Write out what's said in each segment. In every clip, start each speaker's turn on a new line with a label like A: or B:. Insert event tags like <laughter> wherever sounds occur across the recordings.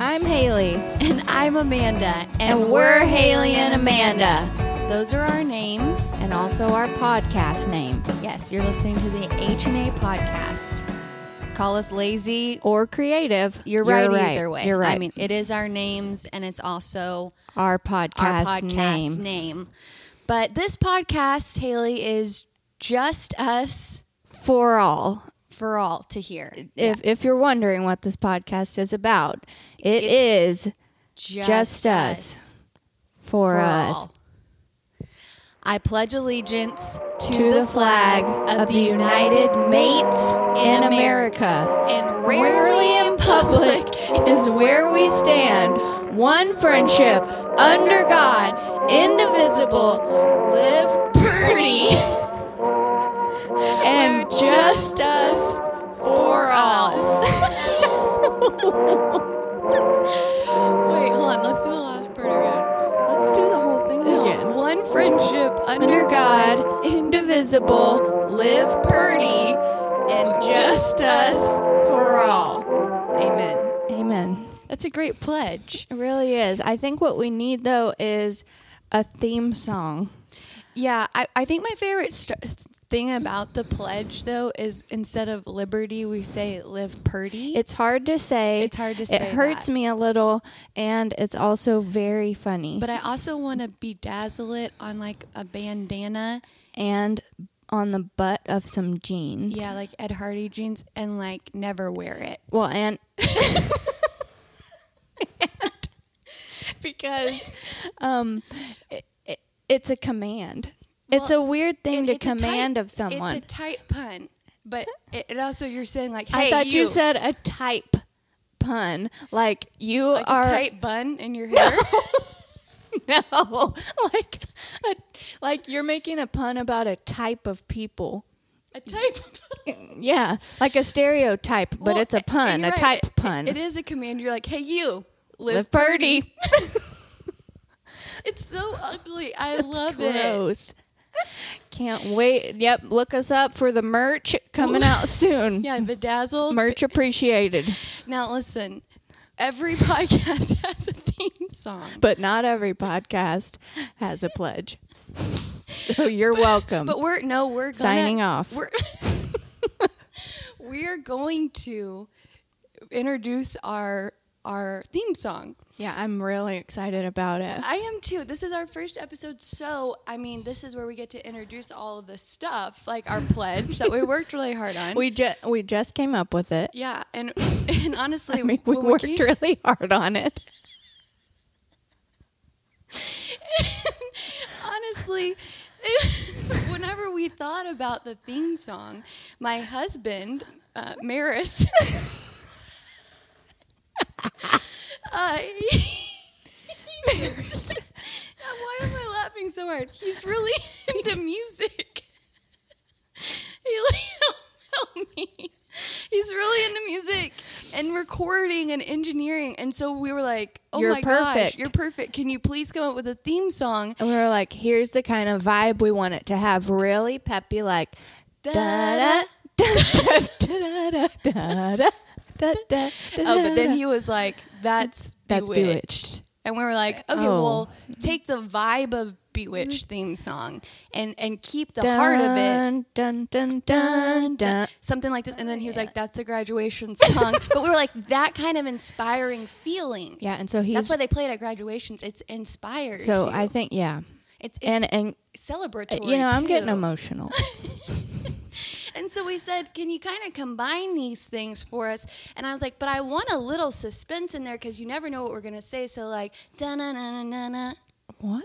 A: I'm Haley.
B: And I'm Amanda.
A: And we're Haley and Amanda.
B: Those are our names.
A: And also our podcast name.
B: Yes, you're listening to the H&A podcast. Call us lazy.
A: Or creative.
B: You're, right, either way.
A: You're right.
B: I mean, it is our names and it's also
A: our podcast,
B: our
A: name.
B: podcast name. But this podcast, Haley, is just us
A: For all.
B: for all to hear.
A: If, if you're wondering what this podcast is about, it's
B: It's
A: just, us. For,
B: for
A: us.
B: all. I pledge allegiance to,
A: To the flag of the United Mates in America.
B: and
A: Rarely
B: <laughs>
A: in public is where we stand. One friendship under God, indivisible, live pretty. and just us for us. <laughs>
B: Wait, hold on. Let's do the last part again.
A: Let's do the whole thing again.
B: One friendship
A: Under God, indivisible, live pretty. And just us for all. Amen. Amen.
B: That's a great pledge.
A: It really is. I think what we need though is a theme song.
B: Yeah, I, I think my favorite st- thing about the pledge, though, is instead of liberty, we say live purdy.
A: It's hard to say.
B: It's hard to
A: It
B: say
A: hurts
B: that.
A: me a little, and it's also very funny.
B: but I also want to bedazzle it on like a bandana.
A: and on the butt of some jeans.
B: Yeah, like Ed Hardy jeans and like never wear it.
A: Well, <laughs> and, because um, it, it, it's a command. it's a
B: Well,
A: weird thing
B: It-
A: to
B: it's a tight-
A: command of someone.
B: It's a tight pun, but it, it also you're saying like,
A: I
B: hey,
A: thought you.
B: you
A: said a type pun, like you
B: like
A: are
B: a tight bun in your hair.
A: <laughs> no, like a, like you're making a pun about a type of people.
B: a tight
A: Yeah, like a stereotype, but
B: Well,
A: it's a
B: and
A: pun,
B: you're
A: a
B: right,
A: type
B: it- it-
A: pun.
B: it is a command. You're like, hey, you live.
A: Live Purdy.
B: It's so ugly. I love it.
A: Gross. Can't wait. Yep, look us up for the merch coming <laughs> out soon.
B: Yeah, bedazzled.
A: Merch appreciated,
B: Now listen, every <laughs> podcast has a theme song.
A: but not every podcast has a pledge. <laughs> So you're welcome.
B: But we're no, we're gonna,
A: Signing off.
B: We're <laughs> we're going to introduce our our theme song.
A: yeah, I'm really excited about it.
B: I am too. This is our first episode, so I mean, this is where we get to introduce all of the stuff,
A: <laughs>
B: like our pledge that we worked really hard on.
A: We just we just came up with it.
B: yeah,
A: <laughs>
B: and and honestly,
A: I mean, we
B: when
A: worked
B: came-
A: really hard on it.
B: <laughs> honestly <laughs> whenever we thought about the theme song my husband uh, maris <laughs> uh, <laughs> maris why am i laughing so hard he's really into music he <laughs> help, help me he's really into music and recording and engineering and so we were like oh
A: You're
B: my
A: perfect.
B: gosh you're perfect can you please come up with a
A: <laughs>
B: theme song
A: And we were like, here's the kind of vibe we want it to have. Really peppy, like da da da da da da da da da da.
B: Oh, but then he was like, "That's
A: That's
B: bewitched.
A: bewitched.
B: and we were like, "Okay,
A: Oh.
B: well, take the vibe of Bewitched theme song and and keep the heart of it."
A: Dun dun dun dun.
B: Something like this, and then he was like, "That's a graduation song." but we were like, <laughs> "That kind of inspiring feeling."
A: Yeah, and so he's
B: That's why they play it at graduations. It's inspired.
A: so
B: you.
A: I think yeah,
B: it's, it's
A: and and
B: celebratory.
A: you know I'm getting
B: too.
A: <laughs> emotional.
B: And so we said, can you kind of combine these things for us? And I was like, but I want a little suspense in there because you never know what we're going to say. So, like, da na na na na
A: what?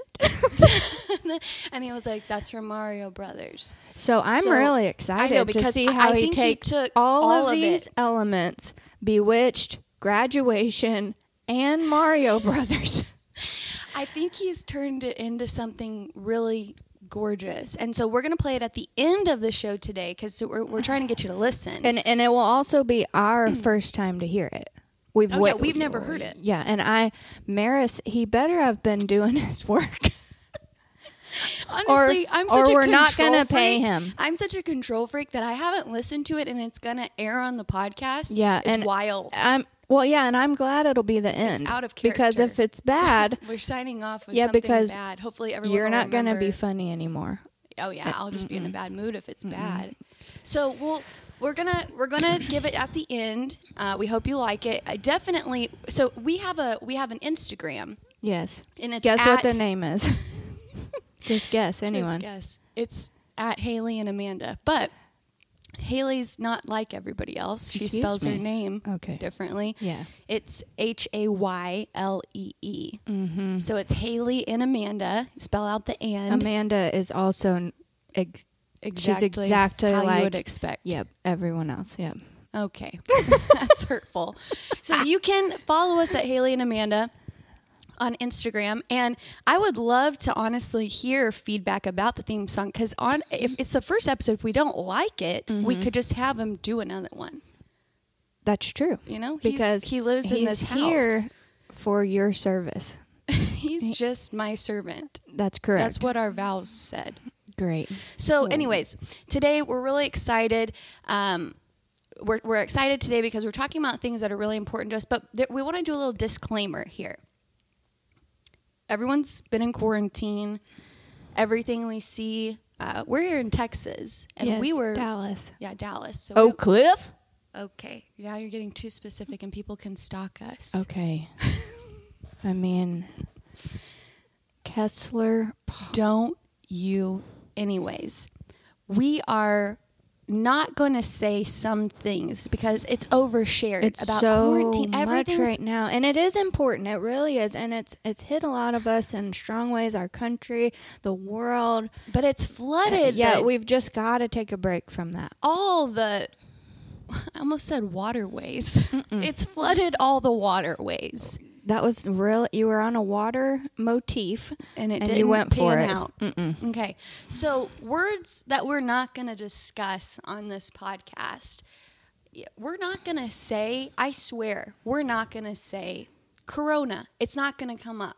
B: na. <laughs> And he was like, that's from Mario Brothers.
A: So I'm
B: So, I
A: really
B: know,
A: excited to
B: because
A: see
B: I-
A: how
B: I
A: he
B: think he
A: takes
B: took
A: all, of,
B: all of
A: these
B: it.
A: elements: Bewitched, Graduation, and Mario <laughs> Brothers.
B: I think he's turned it into something really gorgeous. And so we're going to play it at the end of the show today because we're, we're trying to get you to listen.
A: and and it will also be <clears throat> our first time to hear it. We've
B: Oh, yeah, we've never heard it.
A: Yeah, and I Maris, he better have been doing <laughs> his work.
B: Honestly,
A: Or-
B: I'm
A: or
B: such a
A: we're not
B: control
A: gonna pay
B: freak.
A: him.
B: I'm such a control freak that I haven't listened to it, and it's gonna air on the podcast.
A: yeah,
B: it's
A: and
B: wild.
A: I'm Well, yeah, and I'm glad it'll be the end.
B: out of
A: because if
B: character.
A: it's bad,
B: <laughs> We're signing off with
A: Yeah,
B: something
A: because
B: bad. Hopefully, everyone.
A: you're
B: will
A: not going to be
B: remember-
A: funny anymore.
B: oh yeah, I'll just be in a bad mood if it's bad. So we'll we're gonna we're gonna give it at the end. Uh, we hope you like it. I definitely. So we have a we have an Instagram
A: Yes.
B: and it's
A: Guess what
B: at-
A: the name is? <laughs> Just guess, anyone.
B: Yes, it's at Haley and Amanda, but. Haley's not like everybody else. She
A: Excuse
B: spells
A: me.
B: her name
A: Okay.
B: differently.
A: Yeah.
B: It's H A Y L E E.
A: Mm-hmm.
B: So it's Haley and Amanda. Spell out the and.
A: Amanda is also n- ex- she's exactly
B: how
A: like
B: you would expect.
A: Yep, everyone else. Yep.
B: Okay. <laughs> That's hurtful. So you can follow us at Haley and Amanda on Instagram and I would love to honestly hear feedback about the theme song cuz on if it's the first episode if we don't like it we
A: Mm-hmm.
B: could just have him do another one.
A: That's true.
B: You know? He's-
A: because
B: he lives in
A: he's
B: this
A: here
B: house. <laughs>
A: for your service.
B: He's just my servant.
A: That's correct.
B: That's what our vows said.
A: Great.
B: So, anyways, today we're really excited. Um, we're, we're excited today because we're talking about things that are really important to us, but th- we want to do a little disclaimer here. Everyone's been in quarantine. Everything we see, uh, we're here in Texas, and
A: yes, Oh.
B: we were Oh,
A: Dallas.
B: yeah Dallas. So
A: Oak Cliff.
B: we- okay, now you're getting too specific, and people can stalk us.
A: Okay. I mean, Kessler.
B: don't you anyways we are not going to say some things because it's overshared
A: It's
B: about
A: so
B: quarantine
A: much
B: everything's
A: right now, and it is important. It really is, and it's it's hit a lot of us in strong ways. Our country, the world. Uh,
B: but it's flooded
A: yeah,
B: the-
A: we've just got to take a break from that.
B: all the <laughs> I almost said waterways. It's flooded all the waterways,
A: That was real. You were on a water motif,
B: and it
A: And you
B: didn't
A: went for
B: pan
A: it.
B: out. Okay, so words that we're not going to discuss on this podcast, y- we're not going to say. I swear, we're not going to say Corona. It's not going to come up.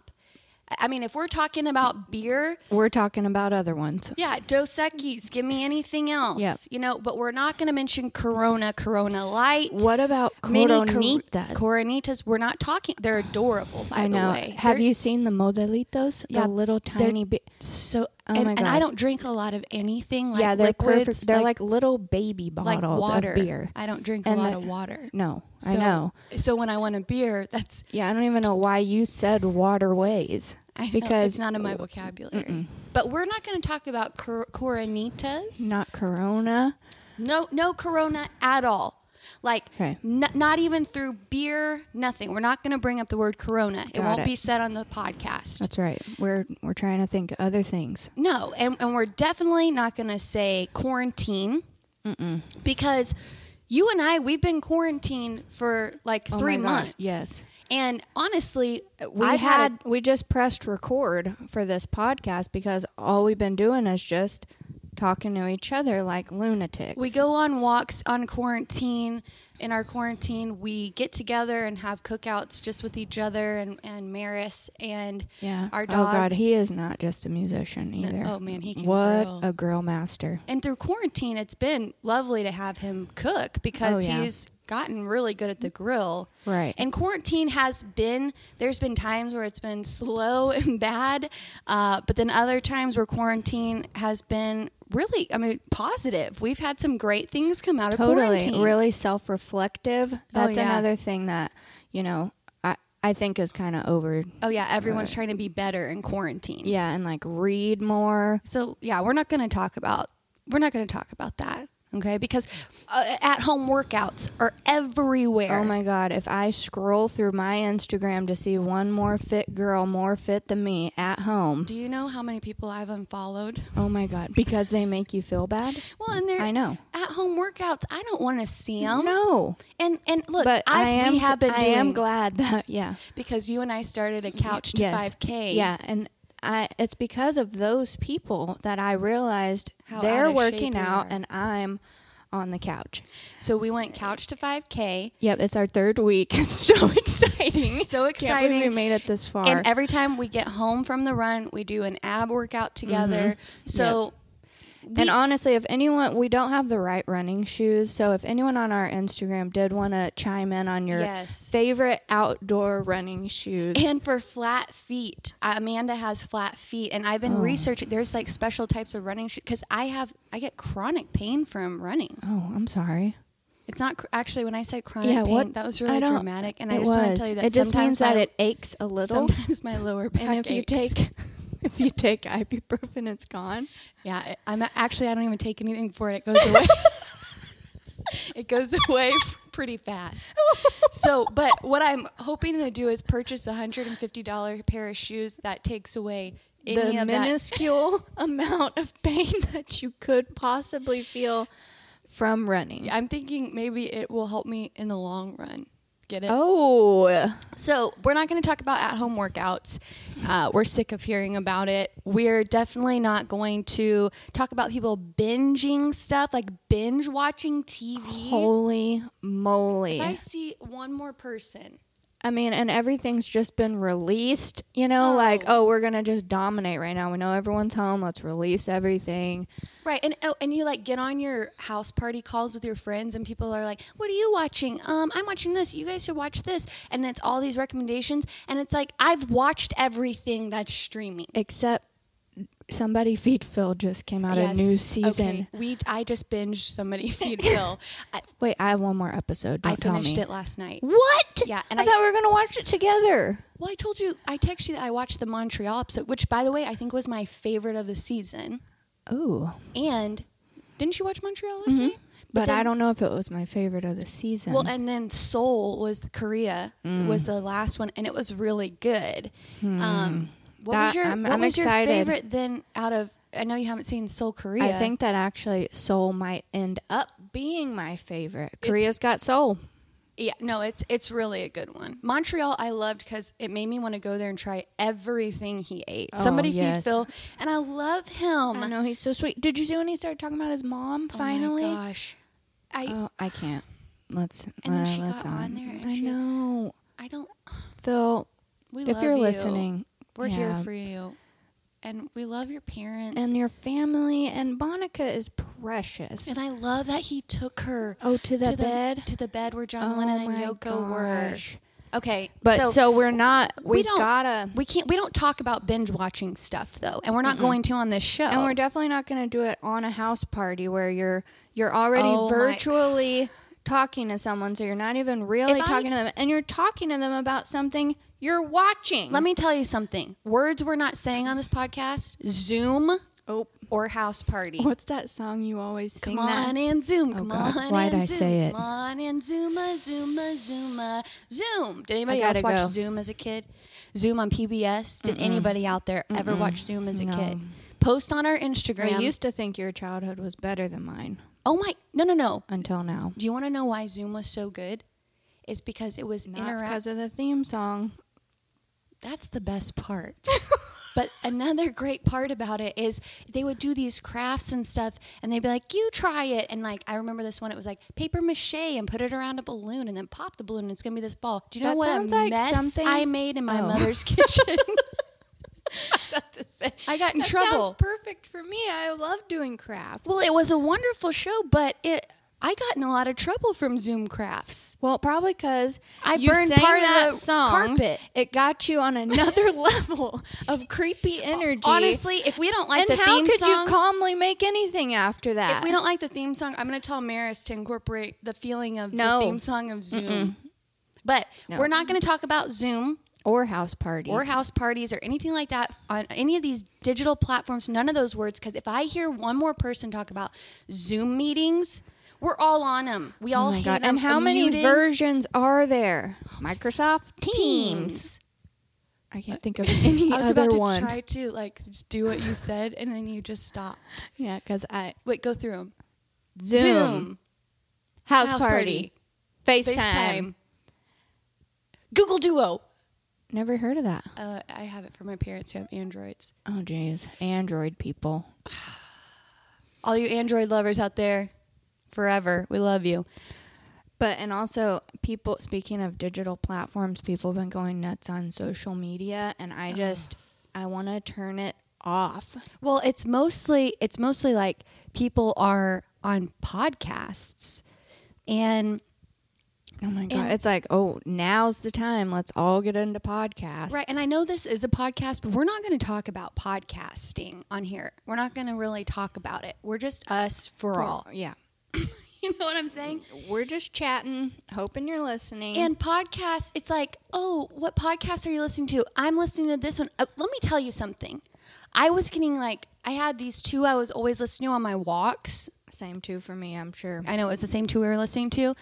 B: I- I mean, if we're talking about beer,
A: We're talking about other ones.
B: yeah, Dos Equis. Give me anything else,
A: Yeah.
B: you know. But we're not going to mention Corona, Corona Light.
A: What about
B: Mini
A: coronitas?
B: cor- coronitas. We're not talking. They're adorable. By
A: I know.
B: The way.
A: Have
B: They're
A: you seen the modelitos?
B: Yeah,
A: the little
B: they're-
A: tiny. Bi-
B: So
A: Oh
B: and,
A: my
B: and I
A: God.
B: don't drink a lot of anything. Like
A: yeah, they're
B: liquids,
A: perfect. They're like, little baby
B: like
A: bottles
B: water.
A: of beer.
B: I don't drink
A: And
B: a lot
A: the-
B: of water.
A: No, I
B: So-
A: know.
B: So when I want a beer, that's
A: Yeah, I don't even know why you said waterways.
B: I know,
A: because
B: it's not in my vocabulary. But we're not going to talk about cor- coronitas.
A: not Corona.
B: No, no Corona at all. Like,
A: Okay.
B: n- not even through beer, nothing. We're not going to bring up the word Corona. it
A: Got
B: won't
A: it.
B: be said on the podcast.
A: That's right. We're we're trying to think of other things.
B: No, and, and we're definitely not going to say quarantine because you and I, we've been quarantined for like three
A: Oh my gosh,
B: months.
A: yes.
B: And honestly,
A: We
B: I've
A: had,
B: had,
A: we just pressed record for this podcast because all we've been doing is just talking to each other like lunatics.
B: we go on walks on quarantine. In our quarantine, we get together and have cookouts just with each other and, and Maris and
A: yeah.
B: our
A: Oh
B: dogs.
A: god, he is not just a musician either.
B: oh, man, he can
A: What
B: grill.
A: a grill master.
B: and through quarantine, it's been lovely to have him cook because
A: Oh, yeah.
B: he's gotten really good at the grill.
A: Right.
B: And quarantine has been, there's been times where it's been <laughs> slow and bad, uh, but then other times where quarantine has been really, I mean, positive. We've had some great things come out of quarantine. Oh,
A: totally really self-reflective. That's
B: yeah.
A: another thing that, you know, I I think is kind of over.
B: Oh, yeah. Everyone's trying to be better in quarantine.
A: Yeah, and like read more.
B: So yeah, we're not going to talk about we're not going to talk about that, okay? Because uh, at home workouts are everywhere.
A: Oh my God, if I scroll through my Instagram to see one more fit girl more fit than me at home,
B: Do you know how many people I've unfollowed?
A: oh my God, because they make you feel bad?
B: Well, and they're
A: I know.
B: at home workouts. I don't want to see them.
A: No.
B: And and look,
A: But
B: I,
A: I, am,
B: we have been
A: I
B: doing
A: am glad <laughs> that, yeah.
B: because you and I started a couch to
A: Yes.
B: five k.
A: Yeah. And I, it's because of those people that I realized
B: How out
A: they're
B: of shape
A: working
B: we
A: out
B: are.
A: and I'm on the couch.
B: So we went couch to five k.
A: Yep. It's our third week. <laughs> It's
B: <laughs>
A: so exciting.
B: So
A: Can't believe we
B: exciting.
A: made it this far.
B: And
A: Mm-hmm.
B: every time we get home from the run, we do an ab workout together. So
A: and honestly, if anyone, we don't have the right running shoes. So if anyone on our Instagram did want to chime in on your
B: Yes.
A: favorite outdoor running shoes,
B: And for flat feet, Amanda has flat feet, and I've been
A: Oh.
B: researching. There's like special types of running shoes because I have I get chronic pain from running.
A: oh, I'm sorry.
B: It's not cr- actually when I said chronic
A: Yeah,
B: pain,
A: what-
B: that was
A: I
B: really
A: don't-
B: dramatic, and I
A: it
B: just want to
A: was.
B: tell you that
A: it just
B: sometimes
A: means that
B: my-
A: it aches a little.
B: sometimes my lower back.
A: <laughs> and if you
B: aches.
A: take, <laughs> if you take ibuprofen, it's gone.
B: yeah, it- I'm actually I don't even take anything for it. It goes away. <laughs> it goes away <laughs>
A: <laughs>
B: pretty fast. So, but what I'm hoping to do is purchase a hundred and fifty dollar pair of shoes that takes away <laughs> any
A: the
B: of that <laughs>
A: minuscule amount of pain <laughs> that you could possibly feel from running.
B: I'm thinking maybe it will help me in the long run. Get it?
A: Oh,
B: So, we're not going to talk about at home workouts. Uh, we're sick of hearing about it. We're definitely not going to talk about people binging stuff, like binge watching TV.
A: holy moly!
B: if I see one more person,
A: I mean, and everything's just been released, you know, like, oh, we're going to just dominate right now. We know everyone's home. Let's release everything.
B: right? And oh, and you like get on your house party calls with your friends, and people are like, "What are you watching? Um, I'm watching this. You guys should watch this." And it's all these recommendations, and it's like I've watched everything that's streaming.
A: Except somebody feed Phil just came out a new
B: Yes.
A: season.
B: Okay. We I just binged somebody <laughs> feed Phil. I,
A: Wait, I have one more episode. Don't
B: I
A: tell
B: finished
A: me.
B: it last night.
A: What?
B: Yeah, and
A: I,
B: I-
A: thought we were going to watch it together.
B: Well, I told you I texted you that I watched the Montreal episode, which by the way I think was my favorite of the season.
A: Oh,
B: And didn't you watch Montreal last night?
A: Mm-hmm. but, I
B: then-
A: don't know if it was my favorite of the season.
B: Well, and then Seoul was the Korea
A: Mm.
B: was the last one, and it was really good. Um, what was
A: Hmm. That-
B: your
A: I'm-
B: What
A: I'm
B: was
A: excited.
B: your favorite then? Out of I know you haven't seen Seoul Korea.
A: I think that actually Soul might end up being my favorite. Korea's got Soul.
B: Yeah, no, it's it's really a good one. Montreal, I loved because it made me want to go there and try everything he ate.
A: Oh,
B: Somebody
A: yes.
B: feed Phil, and I love him.
A: I know he's so sweet. Did you see when he started talking about his mom
B: Oh my
A: finally?
B: gosh, I
A: Oh, I can't. Let's.
B: And then
A: uh,
B: she
A: let's
B: got on there and
A: I
B: she-
A: know,
B: I don't.
A: Phil.
B: We
A: if
B: love
A: you're
B: you.
A: listening,
B: we're here
A: yeah.
B: for you, and we love your parents.
A: and your family, and Bonica is precious.
B: And I love that he took her
A: oh, to the bed.
B: to the bed where John
A: Oh
B: Lennon and
A: my
B: Yoko
A: gosh.
B: were. Okay,
A: But so,
B: so,
A: we're not.
B: we
A: We've
B: don't-
A: gotta.
B: we can't. We don't talk about binge watching stuff though, and we're not going to on this show.
A: And we're definitely not gonna do it on a house party where you're you're already
B: Oh my-
A: virtually talking to someone, so you're not even really
B: If I-
A: talking to them, and you're talking to them about something you're watching.
B: Let me tell you something. Words we're not saying on this podcast: Zoom
A: Oh,
B: or house party.
A: what's that song you always sing?
B: Come on and Zoom. Come
A: Oh, God.
B: on
A: Why'd
B: and
A: I
B: Zoom.
A: say it?
B: Come on and Zooma, Zooma, Zooma, Zoom. Did anybody
A: I
B: else
A: gotta
B: watch
A: go.
B: Zoom as a kid? Zoom on PBS. Did anybody out there ever watch Zoom as a kid? Post on our
A: I
B: Instagram.
A: used to think your childhood was better than mine
B: oh my! No, no, no.
A: until now.
B: Do you want to know why Zoom was so good? It's because it was
A: Not
B: interactive.
A: because of the theme
B: <laughs>
A: song. <laughs>
B: That's the best part. but another great part about it is they would do these crafts and stuff, and they'd be like, "You try it." And like, I remember this one. It was like paper mache and put it around a balloon, and then pop the balloon. and It's gonna be this ball. Do you know
A: That
B: what a
A: sounds like
B: mess
A: something-
B: I made in my
A: Oh. <laughs>
B: mother's <laughs> kitchen? I got in
A: That
B: trouble.
A: Sounds perfect for me. I love doing crafts.
B: well, it was a wonderful show, but it. I got in a lot of trouble from Zoom crafts.
A: Well, probably because
B: I
A: you
B: burned
A: sang
B: part of
A: that
B: the
A: song,
B: carpet.
A: It got you on another <laughs> level of creepy energy.
B: Honestly, if we don't like
A: and
B: the
A: how
B: theme
A: could
B: song,
A: you calmly make anything after that?
B: If we don't like the theme song, I'm going to tell Maris to incorporate the feeling of
A: No.
B: the theme song of Zoom. But we're not going to talk about Zoom
A: or house parties
B: or house parties or anything like that on any of these digital platforms. None of those words, because if I hear one more person talk about Zoom meetings, we're all on them. We all
A: Oh my
B: hate
A: god!
B: 'em.
A: And how many
B: Muting
A: versions are
B: <sighs>
A: there? Microsoft Teams.
B: teams? Uh,
A: I can't think of any
B: <laughs> I was
A: other
B: about to
A: one.
B: try to like just do what you said, and then you just stop.
A: Yeah, because I
B: Wait, go through them.
A: Zoom, house,
B: House
A: party, FaceTime.
B: FaceTime, Google Duo.
A: Never heard of that.
B: Uh, I have it for my parents who have Androids.
A: Oh jeez, Android people.
B: All you Android lovers out there, forever, we love you.
A: But and also people speaking of digital platforms, people have been going nuts on social media and I just I want to turn it off.
B: Well, it's mostly it's mostly like people are on podcasts and
A: Oh my god! it's like, oh, now's the time. Let's all get into podcasts.
B: Right, and I know this is a podcast, but we're not going to talk about podcasting on here. We're not going to really talk about it. We're just us for, all.
A: yeah,
B: <laughs> You know what I'm saying?
A: we're just chatting, hoping you're listening.
B: And podcasts, it's like, oh, what podcast are you listening to? I'm listening to this one. Uh, let me tell you something. I was getting like, I had these two I was always listening to on my walks.
A: same too for me, I'm sure.
B: I know it was the same two we were listening to,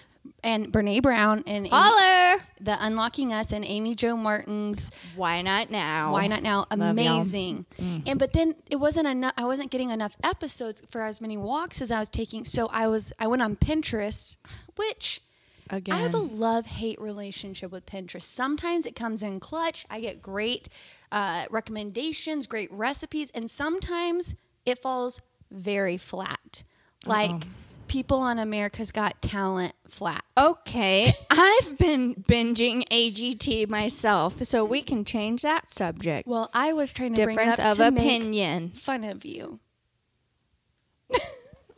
B: and Brene Brown and Amy-
A: Holler!
B: the Unlocking Us and Amy Jo Martin's
A: Why not now?
B: Why Not Now.
A: Love y'all.
B: Amazing. And but then it wasn't enough I wasn't getting enough episodes for as many walks as I was taking. So I was I went on Pinterest, which
A: again?
B: I have a love hate relationship with Pinterest. Sometimes it comes in clutch. I get great uh, recommendations, great recipes, and sometimes it falls very flat. Like people on America's Got Talent flat.
A: Okay, I've been binging AGT myself, so we can change that subject.
B: Well, I was trying to
A: Difference
B: bring
A: of
B: up to make
A: opinion.
B: fun of you.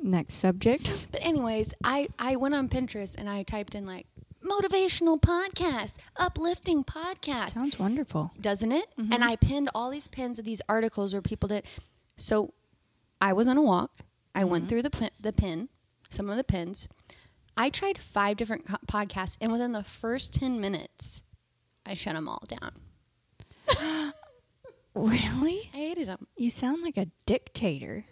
A: Next
B: <gasps>
A: subject.
B: But anyways, I I went on Pinterest and I typed in like motivational podcast, uplifting podcast,
A: Sounds wonderful.
B: doesn't it? And I pinned all these pins of these articles where people did. So I was on a walk. I went through the pin, the pin, some of the pins. I tried five different co- podcasts, and within the first ten minutes, I shut them all down.
A: Really?
B: I hated them.
A: You sound like a
B: <laughs>
A: dictator.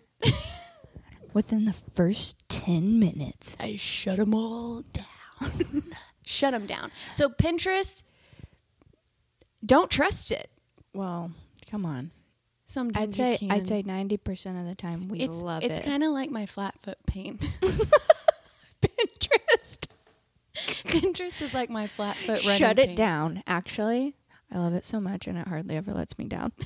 A: Within the first 10 minutes.
B: I shut them all down. <laughs> shut them down. So Pinterest, don't trust it.
A: Well, come on.
B: Sometimes
A: I'd say
B: you can.
A: I'd say 90% of the time we
B: it's
A: love
B: it's
A: it.
B: kind of like my flat foot
A: <laughs>
B: pain. <laughs> Pinterest. Pinterest is like my flat foot. running
A: Shut it
B: pain.
A: down. Actually, I love it so much and it hardly ever lets me down. <laughs>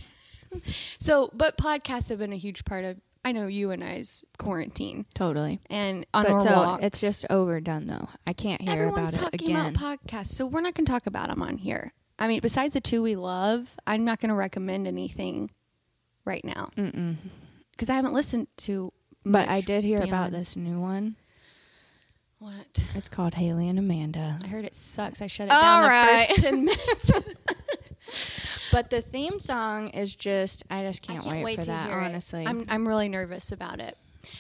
B: So, but podcasts have been a huge part of. I know you and I's quarantine
A: Totally.
B: and on
A: But
B: our
A: so
B: walks.
A: it's just overdone though. I can't hear about
B: everyone's
A: it
B: talking
A: again.
B: about podcasts, so we're not going to talk about them on here. I mean, besides the two we love, I'm not going to recommend anything right now because I haven't listened to.
A: but
B: much
A: I did hear about
B: beyond-
A: this new one.
B: What?
A: It's called Haley and Amanda.
B: I heard it sucks. I shut it
A: All
B: down
A: right.
B: the
A: <laughs>
B: first 10 minutes.
A: But the theme song is just I just can't, wait, for that
B: it.
A: honestly.
B: I'm, I'm really nervous about it.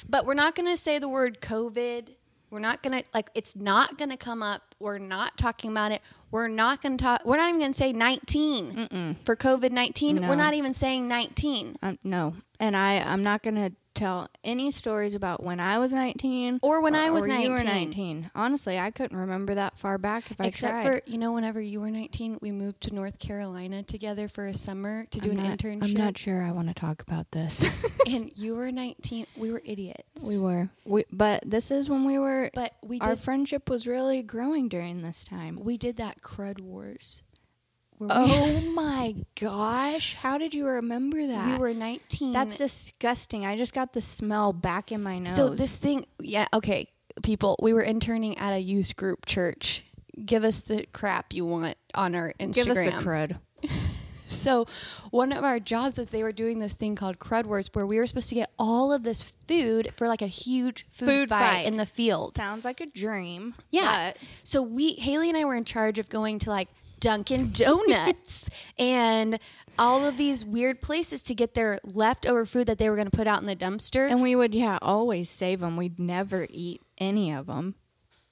B: But we're not going to say the word COVID. We're not going to, like, it's not going to come up. We're not talking about it. We're not going to talk. We're not even going to say 19 for COVID 19.
A: No.
B: We're not even saying 19.
A: Um, no, and I I'm not gonna tell any stories about when I was 19
B: Or when I was
A: or You were
B: 19.
A: 19. Honestly, I couldn't remember that far back if I
B: Except
A: tried.
B: for, you know, whenever you were 19, we moved to North Carolina together for a summer to do
A: I'm
B: an
A: not-
B: internship.
A: I'm not sure I want to talk about this.
B: <laughs> and you were 19. We were idiots.
A: we were, we, but this is when we were.
B: but we
A: our
B: did,
A: friendship was really growing during this time.
B: we did that crud wars. Where we-
A: Oh my gosh! How did you remember that?
B: we were 19.
A: That's disgusting. I just got the smell back in my nose.
B: So this thing, yeah, okay, people, we were interning at a youth group church. Give us the crap you want on our Instagram.
A: give us the crud.
B: So one of our jobs was they were doing this thing called Crud Wars, where we were supposed to get all of this food for like a huge food,
A: Food fight.
B: in the field.
A: Sounds like a dream.
B: Yeah. So we Haley and I were in charge of going to like Dunkin'
A: <laughs>
B: Donuts and all of these weird places to get their leftover food that they were going to put out in the dumpster.
A: And we would, yeah, always save them. We'd never eat any of them.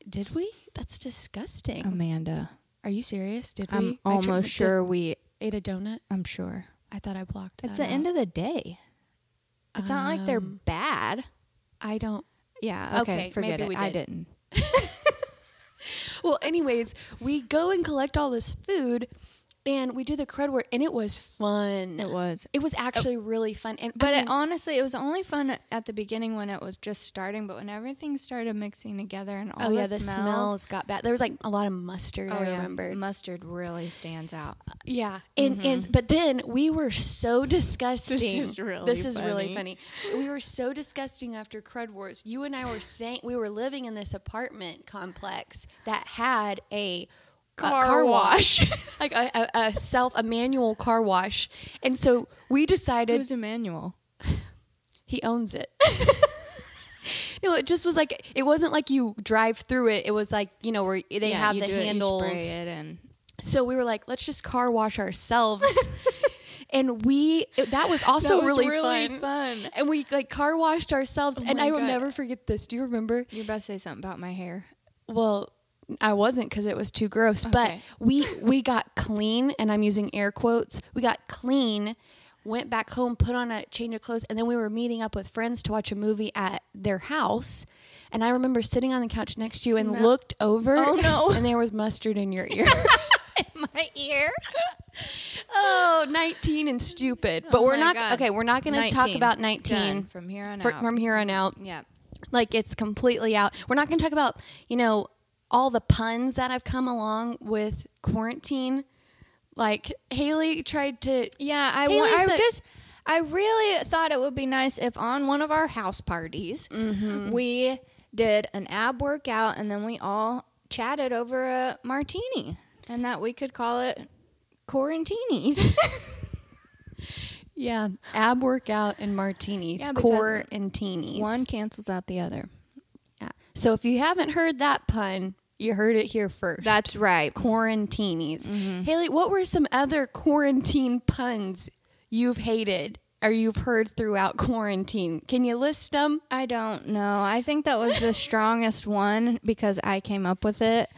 B: did we? That's disgusting.
A: Amanda,
B: Are you serious? Did
A: I'm
B: we? I
A: almost
B: tri- did-
A: sure we.
B: ate a donut.
A: I'm sure.
B: I thought I blocked.
A: It's
B: that
A: the
B: out.
A: end of the day. It's not like they're bad.
B: I don't.
A: Um, Yeah. Okay.
B: okay,
A: forget
B: maybe
A: it.
B: we
A: I
B: did.
A: didn't.
B: Well, anyways, we go and collect all this food, and we do the crud work, and it was fun.
A: It was.
B: It was actually really fun. And
A: But
B: I
A: it, honestly, it was only fun at the beginning when it was just starting. But when everything started mixing together and all
B: oh yeah, the
A: smells, Oh,
B: smells Oh, got bad. There was like a lot of mustard. I remembered.
A: mustard really stands out.
B: Yeah, and and but then we were so disgusting.
A: Mm-hmm. This is really
B: This is really
A: funny.
B: funny. We were so disgusting after Crud Wars. You and I were staying. We were living in this apartment complex that had a
A: Car
B: <laughs> like a, a, a self a manual car wash. And so we decided
A: Who's Emmanuel?
B: he owns it. <laughs> no, it just was like it wasn't like you drive through it. It was like you know where they have the handles. So we were like, let's just car
A: <laughs>
B: wash ourselves. and we it- that was also
A: was
B: really,
A: really
B: fun.
A: fun. Oh
B: And we like car washed ourselves. and
A: my
B: I will
A: God.
B: never forget this. Do you remember?
A: You're about to say something about my hair.
B: Well, I wasn't because it was too gross.
A: Okay.
B: But we we got clean, and I'm using air quotes. We got clean, went back home, put on a change of clothes, and then we were meeting up with friends to watch a movie at their house. And I remember sitting on the couch next to you and looked over.
A: Oh, no.
B: <laughs> And there was mustard in your ear.
A: <laughs> My ear?
B: oh, 19 and stupid. But
A: Oh
B: we're
A: my
B: not
A: God.
B: okay. We're not going to talk
A: 19.
B: about 19
A: Done. From here on
B: fr-
A: out.
B: From here on out
A: Yeah.
B: like it's completely out. We're not going to talk about, you know, all the puns that have come along with quarantine. Like Haley tried to
A: Yeah, I
B: Haley's
A: want. I
B: the-
A: just. I really thought it would be nice if on one of our house parties Mm-hmm. we did an ab workout and then we all chatted over a martini, and that we could call it quarantinis. <laughs>
B: yeah, ab workout and martinis,
A: Yeah, because
B: core and teenies.
A: one cancels out the other.
B: Yeah. So if you haven't heard that pun, you heard it here first.
A: That's right.
B: quarantinis.
A: Mm-hmm.
B: Haley, what were some other quarantine puns you've hated or you've heard throughout quarantine? Can you list them?
A: I don't know. I think that was the strongest one because I came up with it.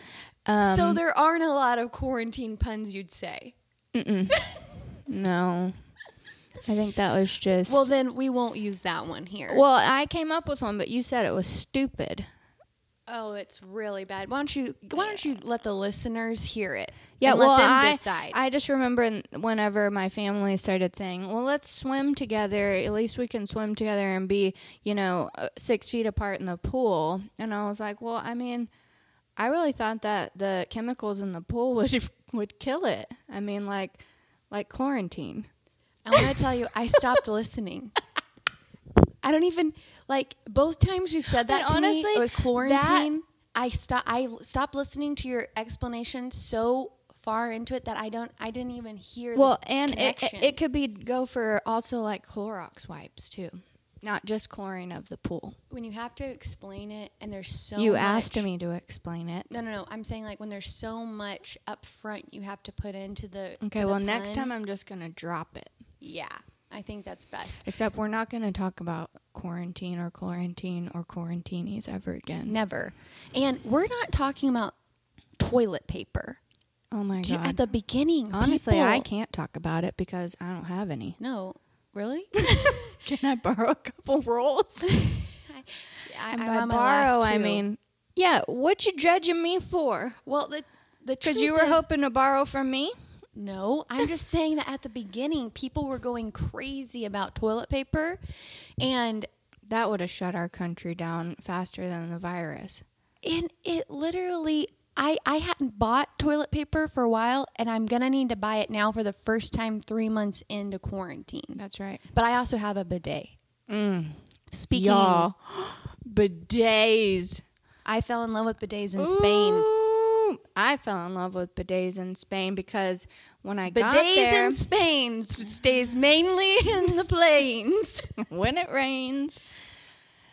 A: Um,
B: so there aren't a lot of quarantine puns you'd say.
A: no, I think that was just
B: Well, then we won't use that one here.
A: Well, I came up with one, but you said it was stupid.
B: oh, it's really bad. Why don't you? Why don't you let the listeners hear it?
A: Yeah,
B: and
A: well,
B: let them
A: I,
B: decide.
A: I just remember n- whenever my family started saying, "Well, let's swim together. At least we can swim together and be, you know, uh, six feet apart in the pool." And I was like, "Well, I mean, I really thought that the chemicals in the pool <laughs> would would kill it. I mean, like, like quarantine."
B: I want to tell you, I stopped listening. I don't even like both times you've said that
A: And
B: to me
A: honestly,
B: with
A: that-
B: quarantine. I stop. I l- stopped listening to your explanation so far into it that I don't. I didn't even hear.
A: Well,
B: the
A: and it, it
B: connection.
A: it could be go for also like Clorox wipes too, not just chlorine of the pool.
B: when you have to explain it, and there's so
A: you
B: much,
A: asked me to explain it.
B: No, no, no. I'm saying like when there's so much up front you have to put into the.
A: Okay,
B: to the
A: well, next
B: pun.
A: time I'm just going to drop it.
B: Yeah, I think that's best.
A: Except we're not going to talk about quarantine or quarantine or quarantinis ever again.
B: Never. And we're not talking about toilet paper.
A: Oh my
B: Do you-
A: god.
B: at the beginning,
A: Honestly, I
B: people-
A: can't talk about it because I don't have any.
B: No, <laughs> really.
A: <laughs> Can I borrow a couple <laughs> rolls?
B: I,
A: And
B: I'm
A: by
B: on my last
A: borrow, I
B: two.
A: mean, yeah, what you judging me for?
B: well, the the
A: Cuz
B: truth
A: you were
B: is-
A: hoping to borrow from me?
B: No, I'm just saying that at the beginning, people were going crazy about toilet paper, and
A: That would have shut our country down faster than the virus.
B: and it literally I, I hadn't bought toilet paper for a while and I'm gonna need to buy it now for the first time three months into quarantine.
A: That's right.
B: But I also have a bidet. Mm. Speaking,
A: Y'all. <gasps> Bidets.
B: I fell in love with bidets in Spain.
A: Ooh, I fell in love with bidets in Spain because when I got
B: Bidets
A: there,
B: in Spain s- stays mainly <laughs> in
A: <laughs>
B: the plains.
A: when it rains,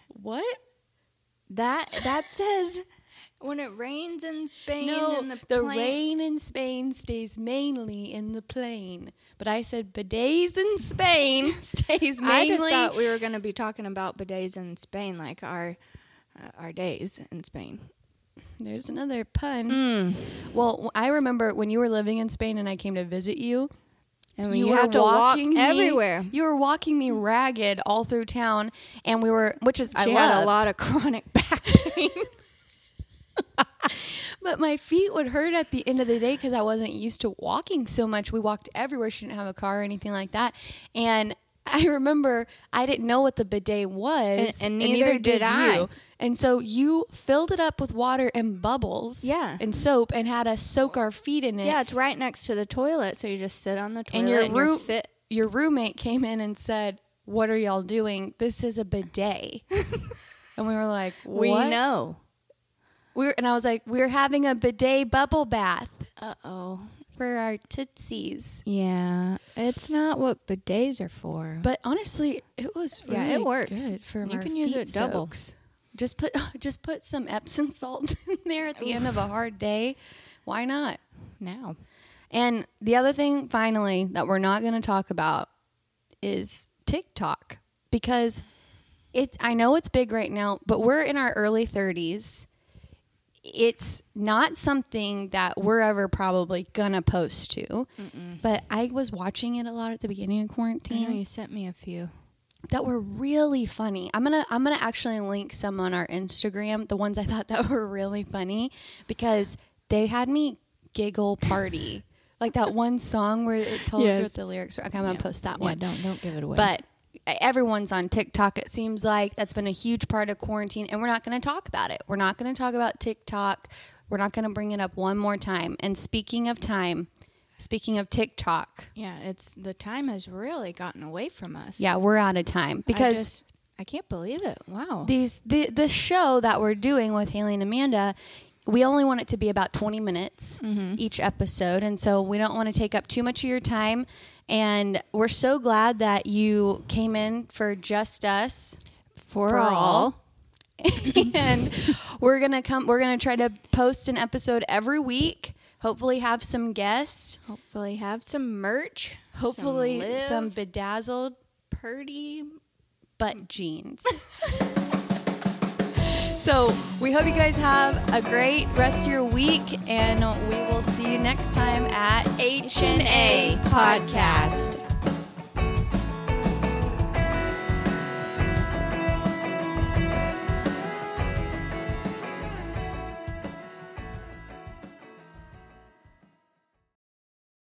B: What?
A: that
B: <laughs>
A: that says when it rains in Spain,
B: No,
A: and the,
B: the,
A: plant-
B: rain in Spain stays mainly in the plain. But I said bidets in Spain
A: <laughs>
B: stays
A: I
B: mainly.
A: just thought we were going to be talking about bidets in Spain, like our uh, our days in Spain.
B: <laughs> There's another pun.
A: Mm.
B: Well, I remember when you were living in Spain and I came to visit you.
A: And
B: you
A: you, have to walk
B: me-
A: everywhere.
B: You were walking me ragged all through town, and we were, which is I
A: She
B: loved,
A: had a lot of chronic <laughs> back pain.
B: but my feet would hurt at the end of the day because I wasn't used to walking so much. We walked everywhere. She didn't have a car or anything like that, and I remember I didn't know what the bidet was,
A: And- and neither did I.
B: you. And so you filled it up with water and bubbles,
A: Yeah.
B: and soap, and had us soak our feet in it.
A: yeah, it's right next to the toilet, so you just sit on the toilet
B: and your
A: and
B: roo-
A: you're fit.
B: your roommate came in and said, "What are y'all doing? This is
A: <laughs>
B: a bidet." and we were like,
A: We
B: "What?"
A: know.
B: We were, and I was like, "We're having a bidet bubble bath."
A: Uh oh.
B: for our tootsies.
A: Yeah, it's not what bidets are for.
B: But honestly, it was really
A: Yeah, it works.
B: good for
A: You
B: our
A: can use
B: feet
A: it double.
B: soaks. Just put <laughs> just put some Epsom salt <laughs> in there at the end of a hard day. Why not?
A: now,
B: And the other thing, finally, that we're not going to talk about is TikTok because it's, I know it's big right now, but we're in our early 30s. It's not something that we're ever probably going to post to, but I was watching it a lot at the beginning of
A: I
B: quarantine
A: know you sent me a few.
B: that were really funny. I'm gonna I'm gonna actually link some on our Instagram, the ones I thought <laughs> that were really funny because they had me giggle party. like that one song where it told you
A: Yes.
B: what the lyrics were. Okay, I'm gonna post that
A: Yeah,
B: one.
A: don't don't give it away.
B: But e, everyone's on TikTok, it seems like. That's been a huge part of quarantine, and we're not going to talk about it. We're not going to talk about TikTok. We're not going to bring it up one more time. And speaking of time, speaking of TikTok,
A: yeah, it's the time has really gotten away from us.
B: yeah, we're out of time because.
A: I, just, I can't believe it. Wow.
B: these the this show that we're doing with Haley and Amanda. We only want it to be about 20 minutes each episode. And so we don't want to take up too much of your time. And we're so glad that you came in for just us
A: for,
B: for all. <laughs> and we're going to come, we're going to try to post an episode every week. Hopefully, have some guests.
A: Hopefully, have some merch.
B: Hopefully,
A: live. Hmm.
B: some bedazzled, purdy butt
A: <laughs>
B: jeans. <laughs> so, we hope you guys have a great rest of your week, and we will see you next time at H&A Podcast.